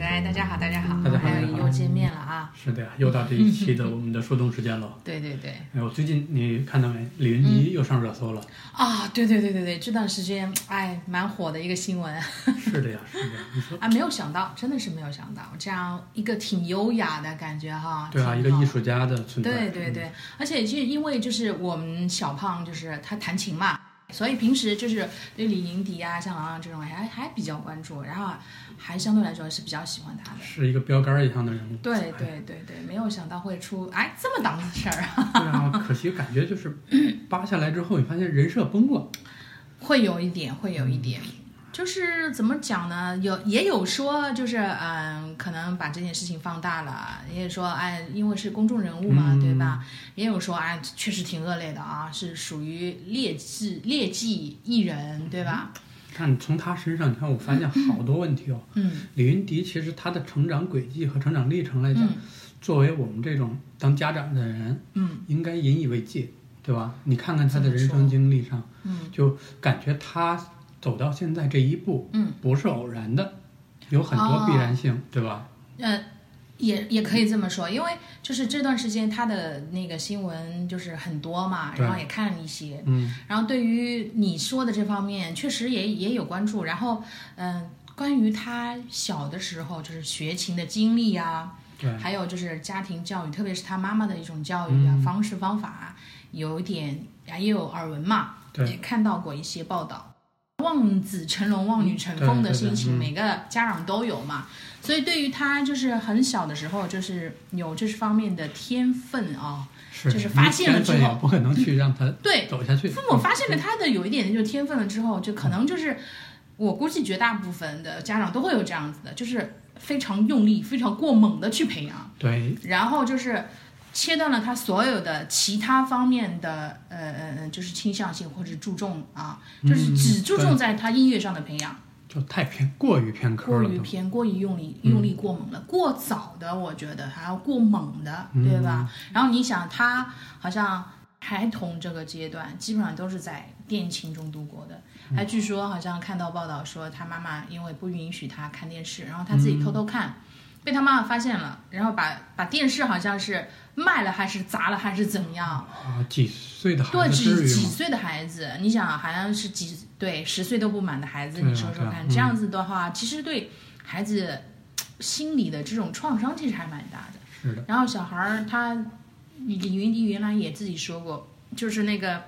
哎大家好，大家好，哎大家好哎大家好又见面了啊！是的呀，又到这一期的我们的树洞时间了。对对对，哎，我最近你看到没？李云嗯迪又上热搜 了。啊，对对对对对，这段时间哎，蛮火的一个新闻 是的呀，是的呀。你说啊，没有想到，真的是没有想到，这样一个挺优雅的感觉哈。对啊，一挺个好艺术家的存在。嗯对对对，而且就因为就是我们小胖就是他弹琴嘛，所以平时就是对李宁迪啊、像郎朗这种还还比较关注，然后还相对来说是比较喜欢他的。是一个标杆儿一样的人物。对对对对，没有想到会出哎这么档子事儿，对啊，可惜感觉就是扒下来之后，你发现人设崩了。会有一点，会有嗯一点。就是怎么讲呢？有也有说，就是嗯，可能把这件事情放大了，也有说，哎，因为是公众人物嘛，嗯对吧？也有说，哎，确实挺恶劣的啊，是属于劣质劣迹艺嗯人，对吧？但从他身上，你看我发现好多问题哦。嗯李云迪其实他的成长轨迹和成长历程来讲，嗯作为我们这种当家长的人，嗯应该引以为戒，对吧？你看看他的人怎么说生经历上，嗯就感觉他走到现在这一步嗯，哦不是偶然的，有很多必然性，对吧？呃，也也可以这么说，因为就是这段时间他的那个新闻就是很多嘛，对然后也看了一些，嗯，然后对于你说的这方面，确实也也有关注。然后，嗯、关于他小的时候就是学琴的经历啊，对，还有就是家庭教育，特别是他妈妈的一种教育啊、嗯方式方法，有一点啊也有耳闻嘛，对也看到过一些报道。望子成龙、望女成对凤的对对心情，嗯每个家长都有嘛。所以对于他，就是很小的时候，就是有这方面的天分啊、是，就是发现了之后你天分也不可能去让他对，走下去。父母发嗯现了他的有一点就是天分了之后，就可能就是我估计绝大部分的家长都会有这样子的，就是非常用力、非常过猛的去培养，对，然后就是切断了他所有的其他方面的呃呃呃，就是倾向性或者注重啊，就是嗯只注重在他音乐上的培养，就太偏过于偏科过了于都。偏、过于用力、嗯用力过猛了，过早的我觉得还要过猛的，嗯对吧？然后你想，他好像孩童这个阶段基本上都是在电琴中度过的。嗯还据说好像看到报道说，他妈妈因为不允许他看电视，然后他自嗯己偷偷看，被他妈妈发现了，然后把把电视好像是卖了还是砸了还是怎么样？啊，几岁的孩对，子只至于几吗？岁的孩子，你想好像是几对十岁都不满的孩子，对啊你说说对啊看，嗯这样子的话，其实对孩子心理的这种创伤其实还蛮大的。是的，然后小孩儿他，李云迪原来也自己说过，就是那个《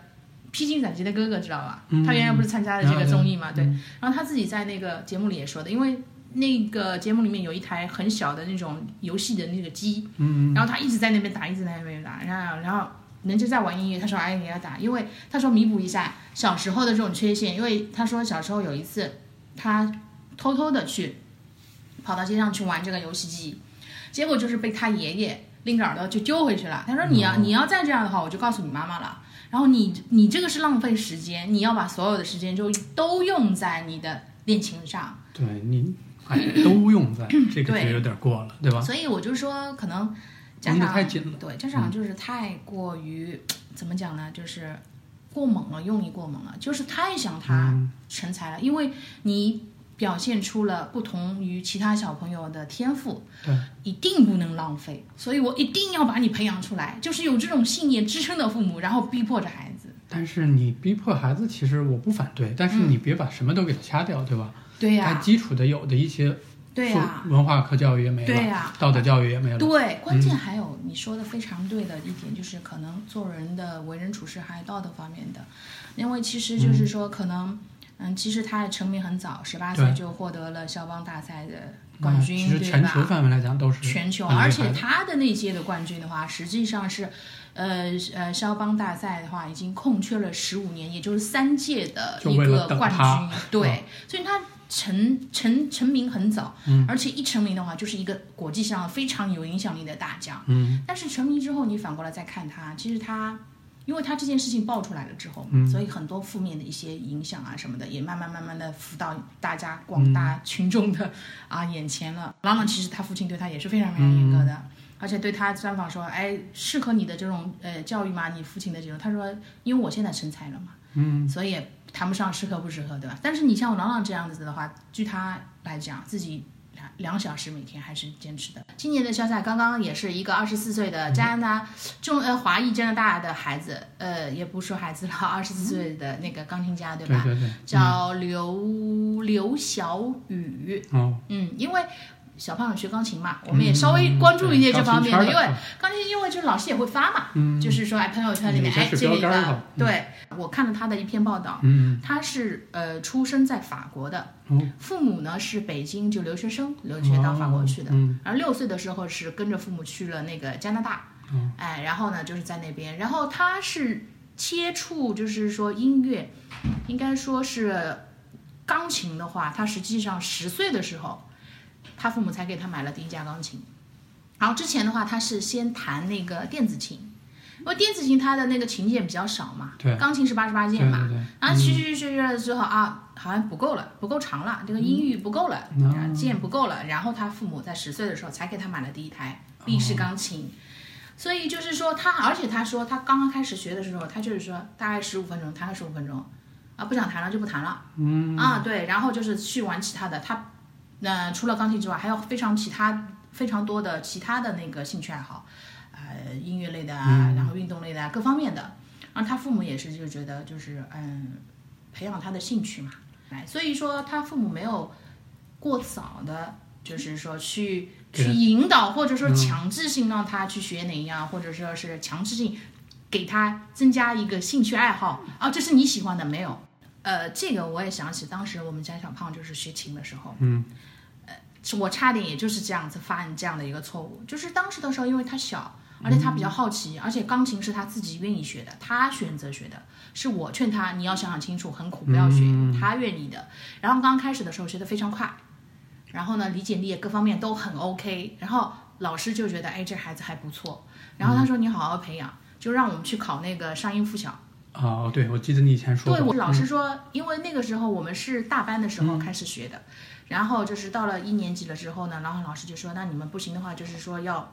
披荆斩棘的哥哥》，知道吧？嗯他原来不是参加了这然个后综艺嘛？对嗯。然后他自己在那个节目里也说的，因为那个节目里面有一台很小的那种游戏的那个机，嗯，然后他一直在那边打，一直在那边打，然后然后人家在玩音乐，他说哎你要打，因为他说弥补一下小时候的这种缺陷，因为他说小时候有一次他偷偷的去跑到街上去玩这个游戏机，结果就是被他爷爷拎着耳朵就揪回去了。他说嗯你要、你要再这样的话，我就告诉你妈妈了。然后你你这个是浪费时间，你要把所有的时间就都用在你的练琴上。对你，哎，都用在这个对就有点过了，对吧？所以我就说，可能家绷得长太紧了嗯对家长就是太过于、怎么讲呢？就是过猛了，用力过猛了，就是太想他嗯成才了，因为你表现出了不同于其他小朋友的天赋，对，一定不能浪费，所以我一定要把你培养出来，就是有这种信念支撑的父母，然后逼迫着孩子。但是你逼迫孩子，其实我不反对，但是你别把什么都给他掐掉，对吧？对他呀、基础的有的一些对素呀、文化课教育也没了，对呀道德教育也没了，嗯对，关键还有你说的非常对的一点，就是可能做人的为人处事还有道德方面的，因为其实就是说可能，嗯，其实他也成名很早，十八岁对就获得了肖邦大赛的那冠其军，实对全球吧？范围来讲都是全球，很厉害而的且他的那届的冠军的话，实际上是，呃呃，肖邦大赛的话已经空缺了十五年，也就是三届的就一为个了等冠他嗯军，对，所以他成成成名很早，而且一成名的话就是一个国际上非常有影响力的大奖。嗯，但是成名之后，你反过来再看他，其实他，因为他这件事情爆出来了之后，嗯所以很多负面的一些影响啊什么的，也慢慢慢慢的浮到大家嗯广大群众的、啊眼前了。朗朗其实他父亲对他也是非常非常严格的。而且对他专访说，哎，适合你的这种呃教育吗？你父亲的这种，他说，因为我现在成才了嘛，嗯，所以也谈不上适合不适合，对吧？但是你像我朗朗这样子的话，据他来讲，自己两小时每天还是坚持的。今年的肖赛刚刚也是一个二十四岁的加拿大中呃华裔加拿大的孩子，呃也不说孩子了，二十四岁的那个钢琴家对对吧？对对，叫刘刘小雨，嗯哦，嗯，因为小胖学钢琴嗯嘛，我们也稍微关注一些这方面的，因为钢琴因为就是老师也会发嘛，嗯就是说哎朋友圈里面有一些哎是这里标杆儿嗯的，的对我看了他的一篇报道，嗯他是呃出生在法国的，哦父母呢是北京就留学生留学到法国去的，嗯而六岁的时候是跟着父母去了那个加拿大，哦哎，然后呢就是在那边，然后他是接触就是说音乐，应该说是钢琴的话，他实际上十岁的时候，他父母才给他买了第一架钢琴，然后之前的话他是先弹那个电子琴，因为电子琴它的那个琴键比较少嘛，对钢琴是八十八对键对嘛，对，然后学学学学了之后啊，好像不够了，不够长了，这个音域不够了，嗯啊键不够了。然后他父母在十岁的时候才给他买了第一台哦立式钢琴。所以就是说他，而且他说他刚刚开始学的时候，他就是说大概十五分钟弹个十五分钟，啊不想弹了就不弹了，嗯啊对，然后就是去玩其他的。他那除了钢琴之外，还有非常其他非常多的其他的那个兴趣爱好，呃音乐类的嗯啊，然后运动类的啊，各方面的。然后他父母也是就觉得就是嗯，培养他的兴趣嘛，哎，所以说他父母没有过早的，就是说去给去引导或者说强制性让他去学哪样，或者说是强制性给他增加一个兴趣爱好啊，这是你喜欢的没有？呃，这个我也想起当时我们家小胖就是学琴的时候，嗯，呃，我差点也就是这样子犯这样的一个错误，就是当时的时候因为他小。而且他比较好奇，而且钢琴是他自己愿意学的，他选择学的，是我劝他，你要想想清楚，很苦，不要学，他愿意的。然后刚开始的时候学得非常快，然后呢，理解力也各方面都很 OK，然后老师就觉得，哎，这孩子还不错，然后他说你好好培养，就让我们去考那个上音附小。哦，对，我记得你以前说嗯对，过，我老师说，因为那个时候我们是大班的时嗯候开始学的，然后就是到了一年级了之后呢，然后老师就说，那你们不行的话，就是说要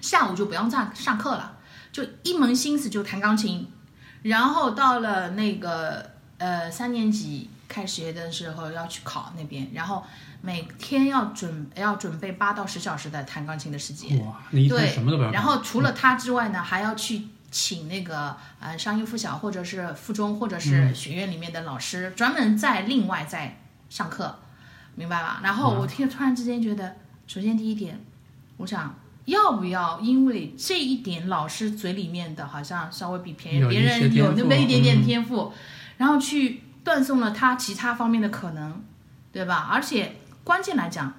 下午就不用上上课了，就一门心思就弹钢琴。然后到了那个呃三年级开学的时候要去考那边，然后每天要准要准备八到十小时的弹钢琴的时间。哇，那一天对什么都不要嗯干，然后除了他之外呢，还要去请那个呃商音附小或者是附中或者嗯是学院里面的老师，专门再另外再上课，明白吧？然嗯后我听突然之间觉得，首先第一点，我想。要不要因为这一点老师嘴里面的好像稍微比别人有别一些人天有那么赋一点点嗯天赋，然后去断送了他其他方面的可能，对吧？而且关键来讲，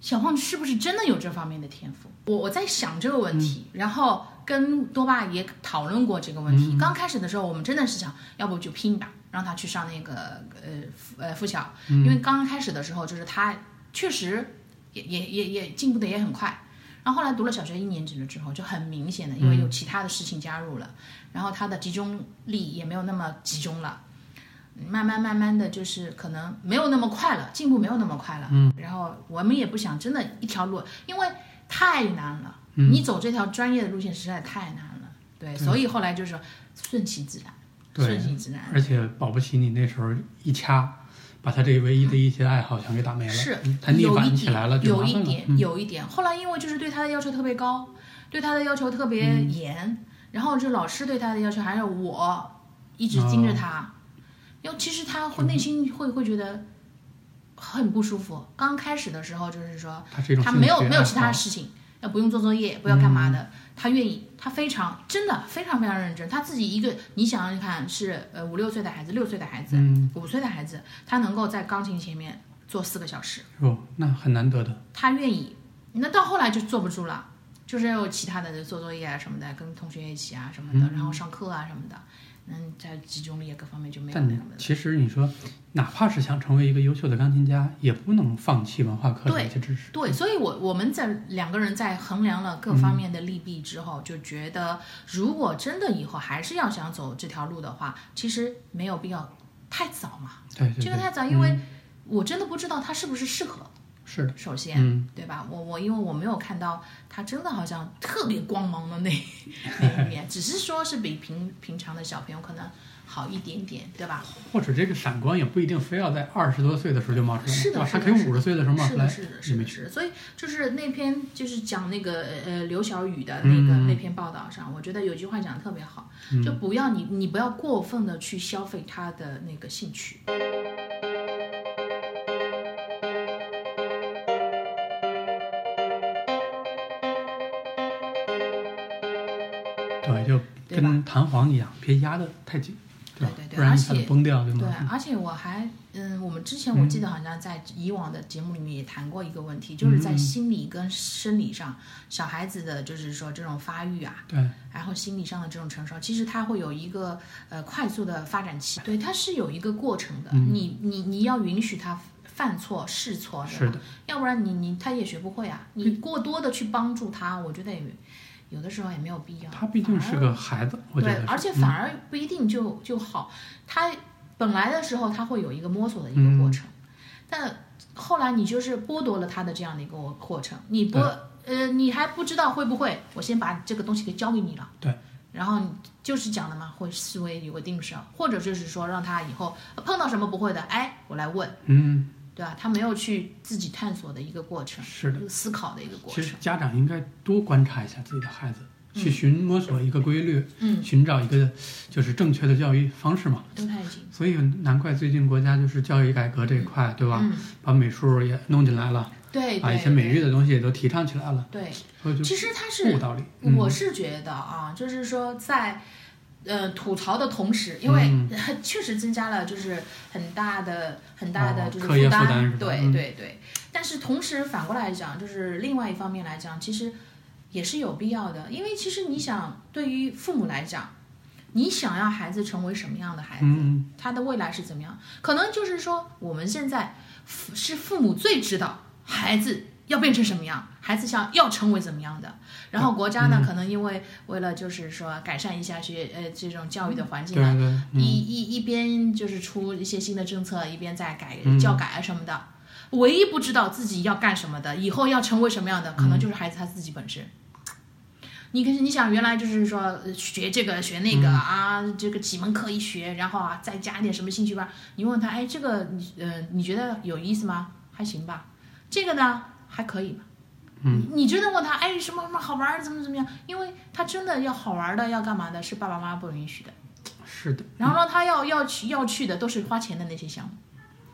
小胖是不是真的有这方面的天赋？我我在想这个嗯问题，然后跟多爸也讨论过这个问题。嗯刚开始的时候，我们真的是想，要不就拼吧，让他去上那个呃附呃附小，因为刚开始的时候，就是他确实也也也也进步的也很快。然后后来读了小学一年级了之后，就很明显的，因为有其他的事情加入了，然后他的集中力也没有那么集中了。慢慢慢慢的就是可能没有那么快了，进步没有那么快了。嗯，然后我们也不想真的一条路，因为太难了。嗯、你走这条专业的路线实在太难了。对，所以后来就是说顺其自然，顺对，其自然。而且保不齐你那时候一掐，把他这唯一的一些爱好全给打没了，是嗯他逆有一反起来了点，就有麻一烦了。嗯点，有一点。后来因为就是对他的要求特别高，对他的要求特别嗯严，然后这老师对他的要求，还有我一直盯着哦他，因为其实他会嗯内心会会觉得很不舒服。刚开始的时候就是说他啊这种他兴没有趣没有爱其他好的事情，要不用做作业，不要干嘛的，嗯他愿意，他非常真的非常非常认真。他自己一个，你想想看，是呃五六岁的孩子，六岁的孩子，嗯五、岁的孩子，他能够在钢琴前面坐四个小时。哟，那很难得的。他愿意，那到后来就坐不住了，就是有其他的做作业啊什么的，跟同学一起啊什么嗯的，然后上课啊什么的，嗯，在集中力啊各方面就没有但那你什么的。其实你说，哪怕是想成为一个优秀的钢琴家，也不能放弃文化课的对一些知识。对，所以我我们在两个人在衡量了各方面的利弊之后，就觉得如果真的以后还是要想走这条路的话，其实没有必要太早嘛，对对这对，个嗯太早，因为我真的不知道他是不是适合。是的，首先，嗯对吧？我我因为我没有看到他真的好像 特别光芒的那那一面，只是说是比平平常的小朋友可能好一点点，对吧？或者这个闪光也不一定非要在二十多岁的时候就冒出来，是的对吧是它的可以是的五十岁的时候冒是出来的，，是的，是没的，去是的。所以就是那篇就是讲那个呃刘晓宇的那个、嗯那篇报道上，我觉得有句话讲的特别好，嗯就不要你你不要过分的去消费他的那个兴趣。对，就对吧跟弹簧一样，别压得太紧，吧？对对对不然而它就且崩掉，对对啊吗？，而且我还嗯，我们之前我记得好像在以往的节目里面也谈过一个问题，就是嗯在心理跟生理上，小孩子的就是说这种发育啊，对，然后心理上的这种成熟，其实它会有一个呃快速的发展期，对，它是有一个过程的。嗯你你你要允许他犯错、试错，对吧是的，要不然你你他也学不会啊。你过多的去帮助他，我觉得也有的时候也没有必要。他毕竟是个孩子，我觉对得，是，而且嗯反而不一定就、就好。他本来的时候他会有一个摸索的一个嗯过程，但后来你就是剥夺了他的这样的一个过过程，你剥呃你还不知道会不会，我先把这个东西给交给你了。对。然后你就是讲的嘛，会思维有个定式，啊或者就是说让他以后呃碰到什么不会的，哎，我来问，嗯，对吧？他没有去自己探索的一个过程，是的。思考的一个过其程。实家长应该多观察一下自己的孩子，去寻摸索一个规律，嗯，寻找一个就是正确的教育方式嘛。都太紧，所以难怪最近国家就是教育改革这一块，对吧？嗯，把美术也弄进来了，对，把对一些美育的东西也都提倡起来了，对，所以对就其实它是不无道理。嗯我是觉得啊，就是说在。呃，吐槽的同时，因为嗯 确实增加了就是很大的、很大的哦就是课业负负担是吧对嗯对对。但是同时反过来讲，就是另外一方面来讲，其实也是有必要的，因为其实你想，对于父母来讲，你想要孩子成为什么样的孩子，嗯，他的未来是怎么样？可能就是说，我们现在父是父母最知道孩子要变成什么样，孩子想要成为怎么样的。然后国家呢，可能因为为了就是说改善一下学呃这种教育的环境对呢，对，嗯，一一一边就是出一些新的政策，一边在改嗯教改啊什么的。唯一不知道自己要干什么的，以后要成为什么样的，可嗯能就是孩子他自己本身。你可是你想，原来就是说呃学这个学嗯那个、啊，这个几门课一学，然后啊再加点什么兴趣班。你问他，哎，这个你呃你觉得有意思吗？还行吧。这个呢还可以吧。嗯，你觉得问他，哎，什么什么好玩儿，怎么怎么样？因为他真的要好玩儿的，要干嘛的，是爸爸妈妈不允许的。是的。然后呢，他要要去要去的都是花钱的那些项目，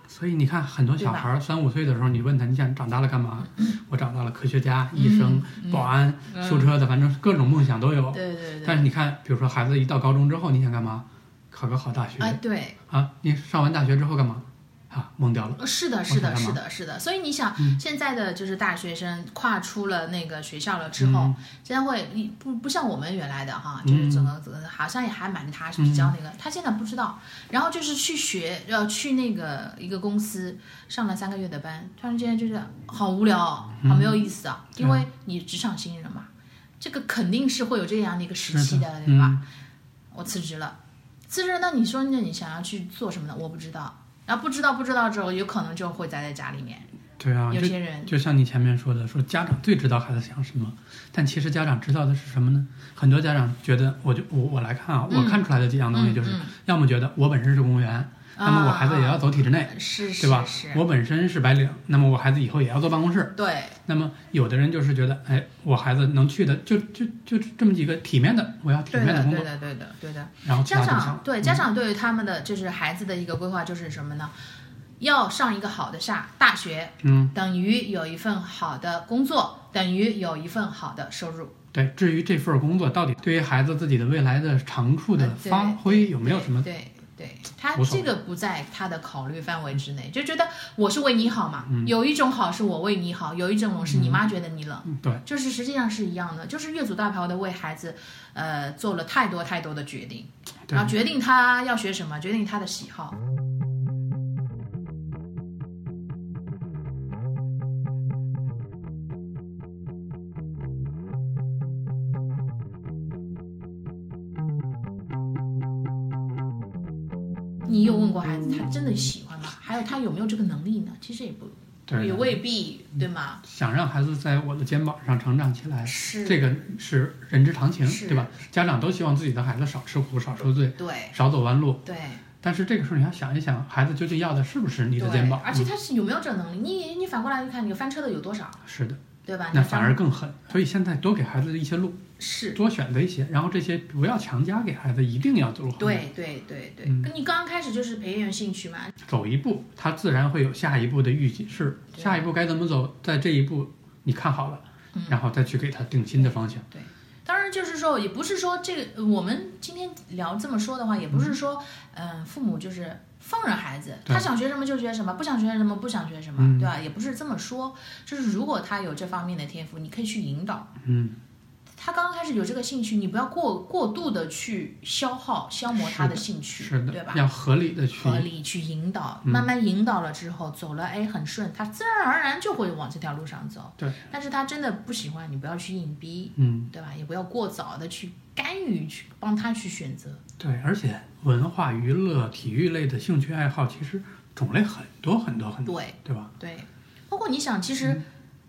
所以你看，很多小孩儿三五岁的时候，你问他，你想长大了干嘛？嗯我长大了，科学家、医生、保安、修车的，反正各种梦想都有。对对对，但是你看，比如说孩子一到高中之后，你想干嘛？考个好大学啊对，啊！你上完大学之后干嘛？啊，懵掉了。是的，我是想的，干嘛是的，是的。所以你想，现在的就是大学生跨出了那个学校了之后，现在会你不不像我们原来的哈，就是整个、整个好像也还蛮踏实，比较那个。他现在不知道，然后就是去学，呃，去那个一个公司上了三个月的班，突然之间就是好无聊、哦，好没有意思啊、嗯对因为你职场新人嘛，这个肯定是会有这样的一个时期是的，的，对吧？嗯，我辞职了，辞职了，那你说那你想要去做什么呢？我不知道，然后不知道不知道之后，有可能就会宅在家里面。对啊，有就些人就像你前面说的，说家长最知道孩子想什么，但其实家长知道的是什么呢？很多家长觉得，我就我我来看啊，嗯我看出来的几样东西就是，要么觉得我本身是公务员，那么我孩子也要走体制内，啊是对吧？啊是，我本身是白领，那么我孩子以后也要坐办公室。对那么有的人就是觉得，哎，我孩子能去的就就就这么几个体面的，我要体对面的工对作，的对的对的。然后其他嗯就家不想长了。对家长对于他们的就是孩子的一个规划就是什么呢？要上一个好的下大学，嗯，等于有一份好的工作，等于有一份好的收入。对。至于这份工作到底对于孩子自己的未来的长处的呃对发挥有没有什么，对对，他无所谓这个不在他的考虑范围之内，就觉得我是为你好嘛。有一种好是我为你好，有一种是你妈觉得你冷，嗯嗯对，就是实际上是一样的。就是越俎代庖的为孩子，呃，做了太多太多的决定，对然后决定他要学什么，决定他的喜好。你有问过孩子他真的喜欢吗？还有他有没有这个能力呢？其实也不对也未必，对吗？想让孩子在我的肩膀上成长起来，是这个是人之常情，是对吧？家长都希望自己的孩子少吃苦、少受罪、对少走弯路，对但是这个时候你要想一想，孩子究竟要的是不是你对的肩膀？而且嗯他是有没有这能力？你你反过来一看，你翻车的有多少，是的，对吧？那啊你反翻而更狠。所以现在多给孩子一些路，是多选择一些，然后这些不要强加给孩子一定要走好，对对对对，嗯跟你刚开始就是培养兴趣嘛，走一步，他自然会有下一步的预警示，对下一步该怎么走，在这一步你看好了，嗯然后再去给他定新的方向。当然，就是说，也不是说这个，呃我们今天聊这么说的话，也不是说，嗯、父母就是放任孩子，对他想学什么就学什么，不想学什么不想学什么，嗯对吧？也不是这么说，就是如果他有这方面的天赋，你可以去引导嗯，他。刚开始有这个兴趣，你不要过过度的去消耗、消磨他的兴趣，是的，对吧？要合理的去合理去引导，嗯慢慢引导了之后，走了，哎，很顺，他自然而然就会往这条路上走。对，但是他真的不喜欢，你不要去硬逼，嗯，对吧？也不要过早的去干预，去帮他去选择。对，而且文化、娱乐、体育类的兴趣爱好其实种类很多很多很多，嗯对对吧？对，包括你想，其实、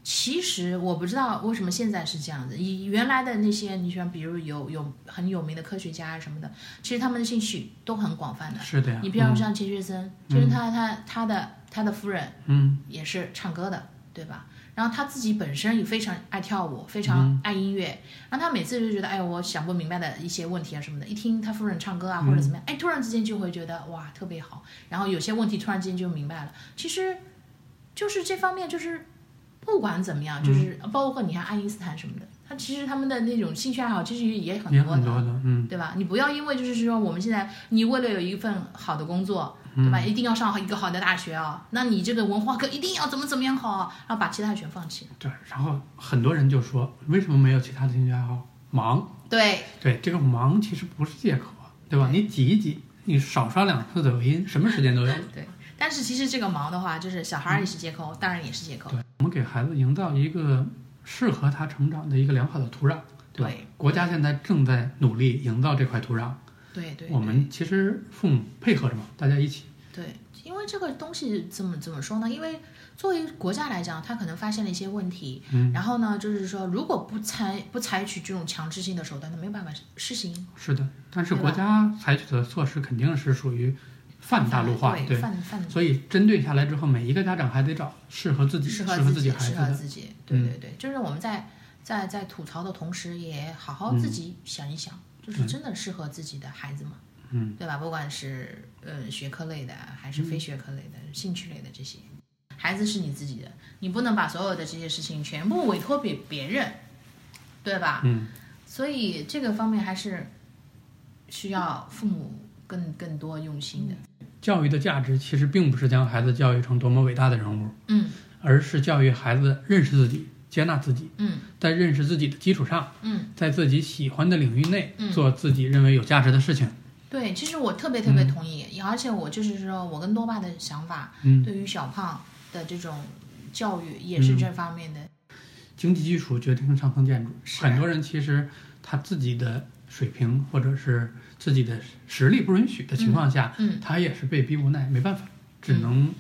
其实我不知道为什么现在是这样子。以原来的那些，你像比如有有很有名的科学家什么的，其实他们的兴趣都很广泛的。是的呀。嗯你比方像钱学森，就是他他他的他的夫人嗯，也是唱歌的，对吧？然后他自己本身也非常爱跳舞，非嗯常爱音乐。然后他每次就觉得，哎，我想不明白的一些问题啊什么的，一听他夫人唱歌啊嗯或者怎么样，哎，突然之间就会觉得哇特别好。然后有些问题突然之间就明白了，其实就是这方面就是不管怎么样，就是嗯包括你看爱因斯坦什么的，他其实他们的那种兴趣爱好其实也嗯很也多的。很多的，嗯，对吧？你不要因为就是说我们现在你为了有一份好的工作，对嗯吧？一定要上一个好的大学啊、那你这个文化课一定要怎么怎么样好啊，然后把其他全放弃。对。然后很多人就说，为什么没有其他的兴趣爱好？忙，对对，这个忙其实不是借口啊，对吧？你挤一挤，你少刷两次抖音，什么时间都有。对，但是其实这个忙的话，就是小孩儿也是借口，大人也是借口。对，我们给孩子营造一个适合他成长的一个良好的土壤，对吧？对国家现在正在努力营造这块土壤，对对，我们其实父母配合着嘛，大家一起，对，因为这个东西怎么怎么说呢？因为作为国家来讲，他可能发现了一些问题，嗯然后呢，就是说如果不采不采取这种强制性的手段，那没有办法实行。是的。但是对国家采取的措施肯定是属于泛大陆化，对，泛泛所以针对下来之后，每一个家长还得找适合自己、适适合自己孩适子合的。嗯自己。对对对，就是我们在在在吐槽的同时，也好好自己想一想，就是真的适合自己的孩子吗？嗯，对吧？不管是呃学科类的，还是非学科类的、兴趣类的这些，孩子是你自己的，你不能把所有的这些事情全部委托给别人，对吧？嗯，所以这个方面还是需要父母更更多用心的。教育的价值其实并不是将孩子教育成多么伟大的人物，嗯而是教育孩子认识自己、接纳自己，嗯在认识自己的基础上，嗯，在自己喜欢的领域内嗯做自己认为有价值的事情。对，其实我特别特别同意，而且我就是说我跟多爸的想法，嗯，对于小胖的这种教育也是这方面的，经济基础决定上层建筑。是很多人其实他自己的水平或者是自己的实力不允许的情况下，嗯他也是被逼无奈，没办法，只能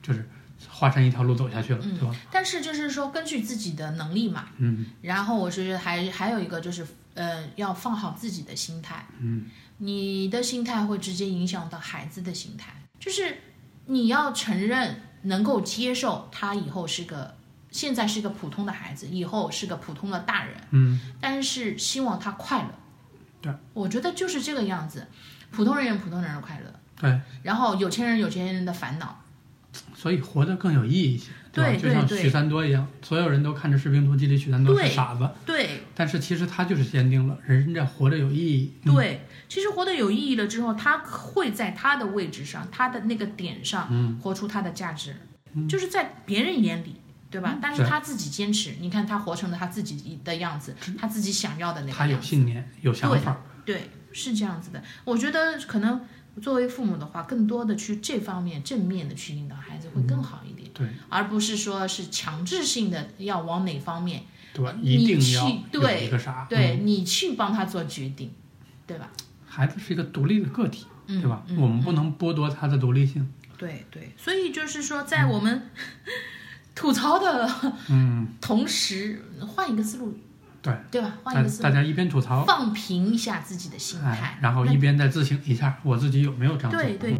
就是华山一条路走下去了，嗯对吧？但是就是说根据自己的能力嘛，嗯然后我是觉得还还有一个就是呃要放好自己的心态，嗯，你的心态会直接影响到孩子的心态，就是你要承认能够接受他以后是个现在是个普通的孩子，以后是个普通的大人，嗯，但是希望他快乐，对，我觉得就是这个样子，普通人有普通人的快乐。对，然后有钱人有钱人的烦恼，所以活得更有意义一些，吧？对就像对对许三多一样，所有人都看着《士兵突击》里许三多对是傻子，对但是其实他就是坚定了人这活着有意义。嗯，对，其实活得有意义了之后，他会在他的位置上，他的那个点上，嗯活出他的价值，就是在别人眼里，对吧？但嗯是对嗯他自己坚持，你看他活成了他自己的样子，他自己想要的那他个有样子，信念，有想法，对，是这样子的。我觉得可能作为父母的话，更多的去这方面正面的去引导孩子会更好一点，对而不是说是强制性的要往哪方面。对，你一定去要对有一个啥，嗯对你去帮他做决定，对吧？孩子是一个独立的个体，嗯对吧？嗯我们不能剥夺他的独立性。对对，所以就是说，在我们、 吐槽的嗯， 同时，换一个思路，对对吧？换大一个思大路，家一边吐槽，放平一下自己的心哎态，，然后一边再自省一下，我自己有没有这样做？对对。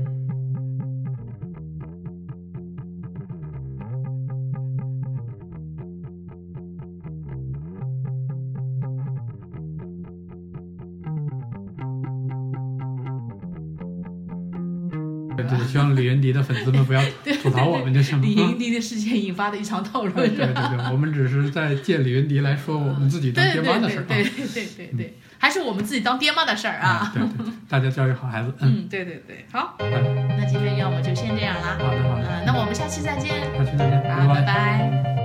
对对，希望李云迪的粉丝们不 要吐槽我们就行了。李嗯云迪的事件引发的一场讨论， 对对对，对我们只是在借李云迪来说我们自己当对爹对妈对的事儿对啊。对对对对，还是我们自己当爹妈的事儿啊啊，。对对，对大家教育好孩子。嗯，嗯，对对对，好，好的那今天要么就先这样啦，好的好的，嗯，那我们下期再见，那就再见，啊，拜拜。拜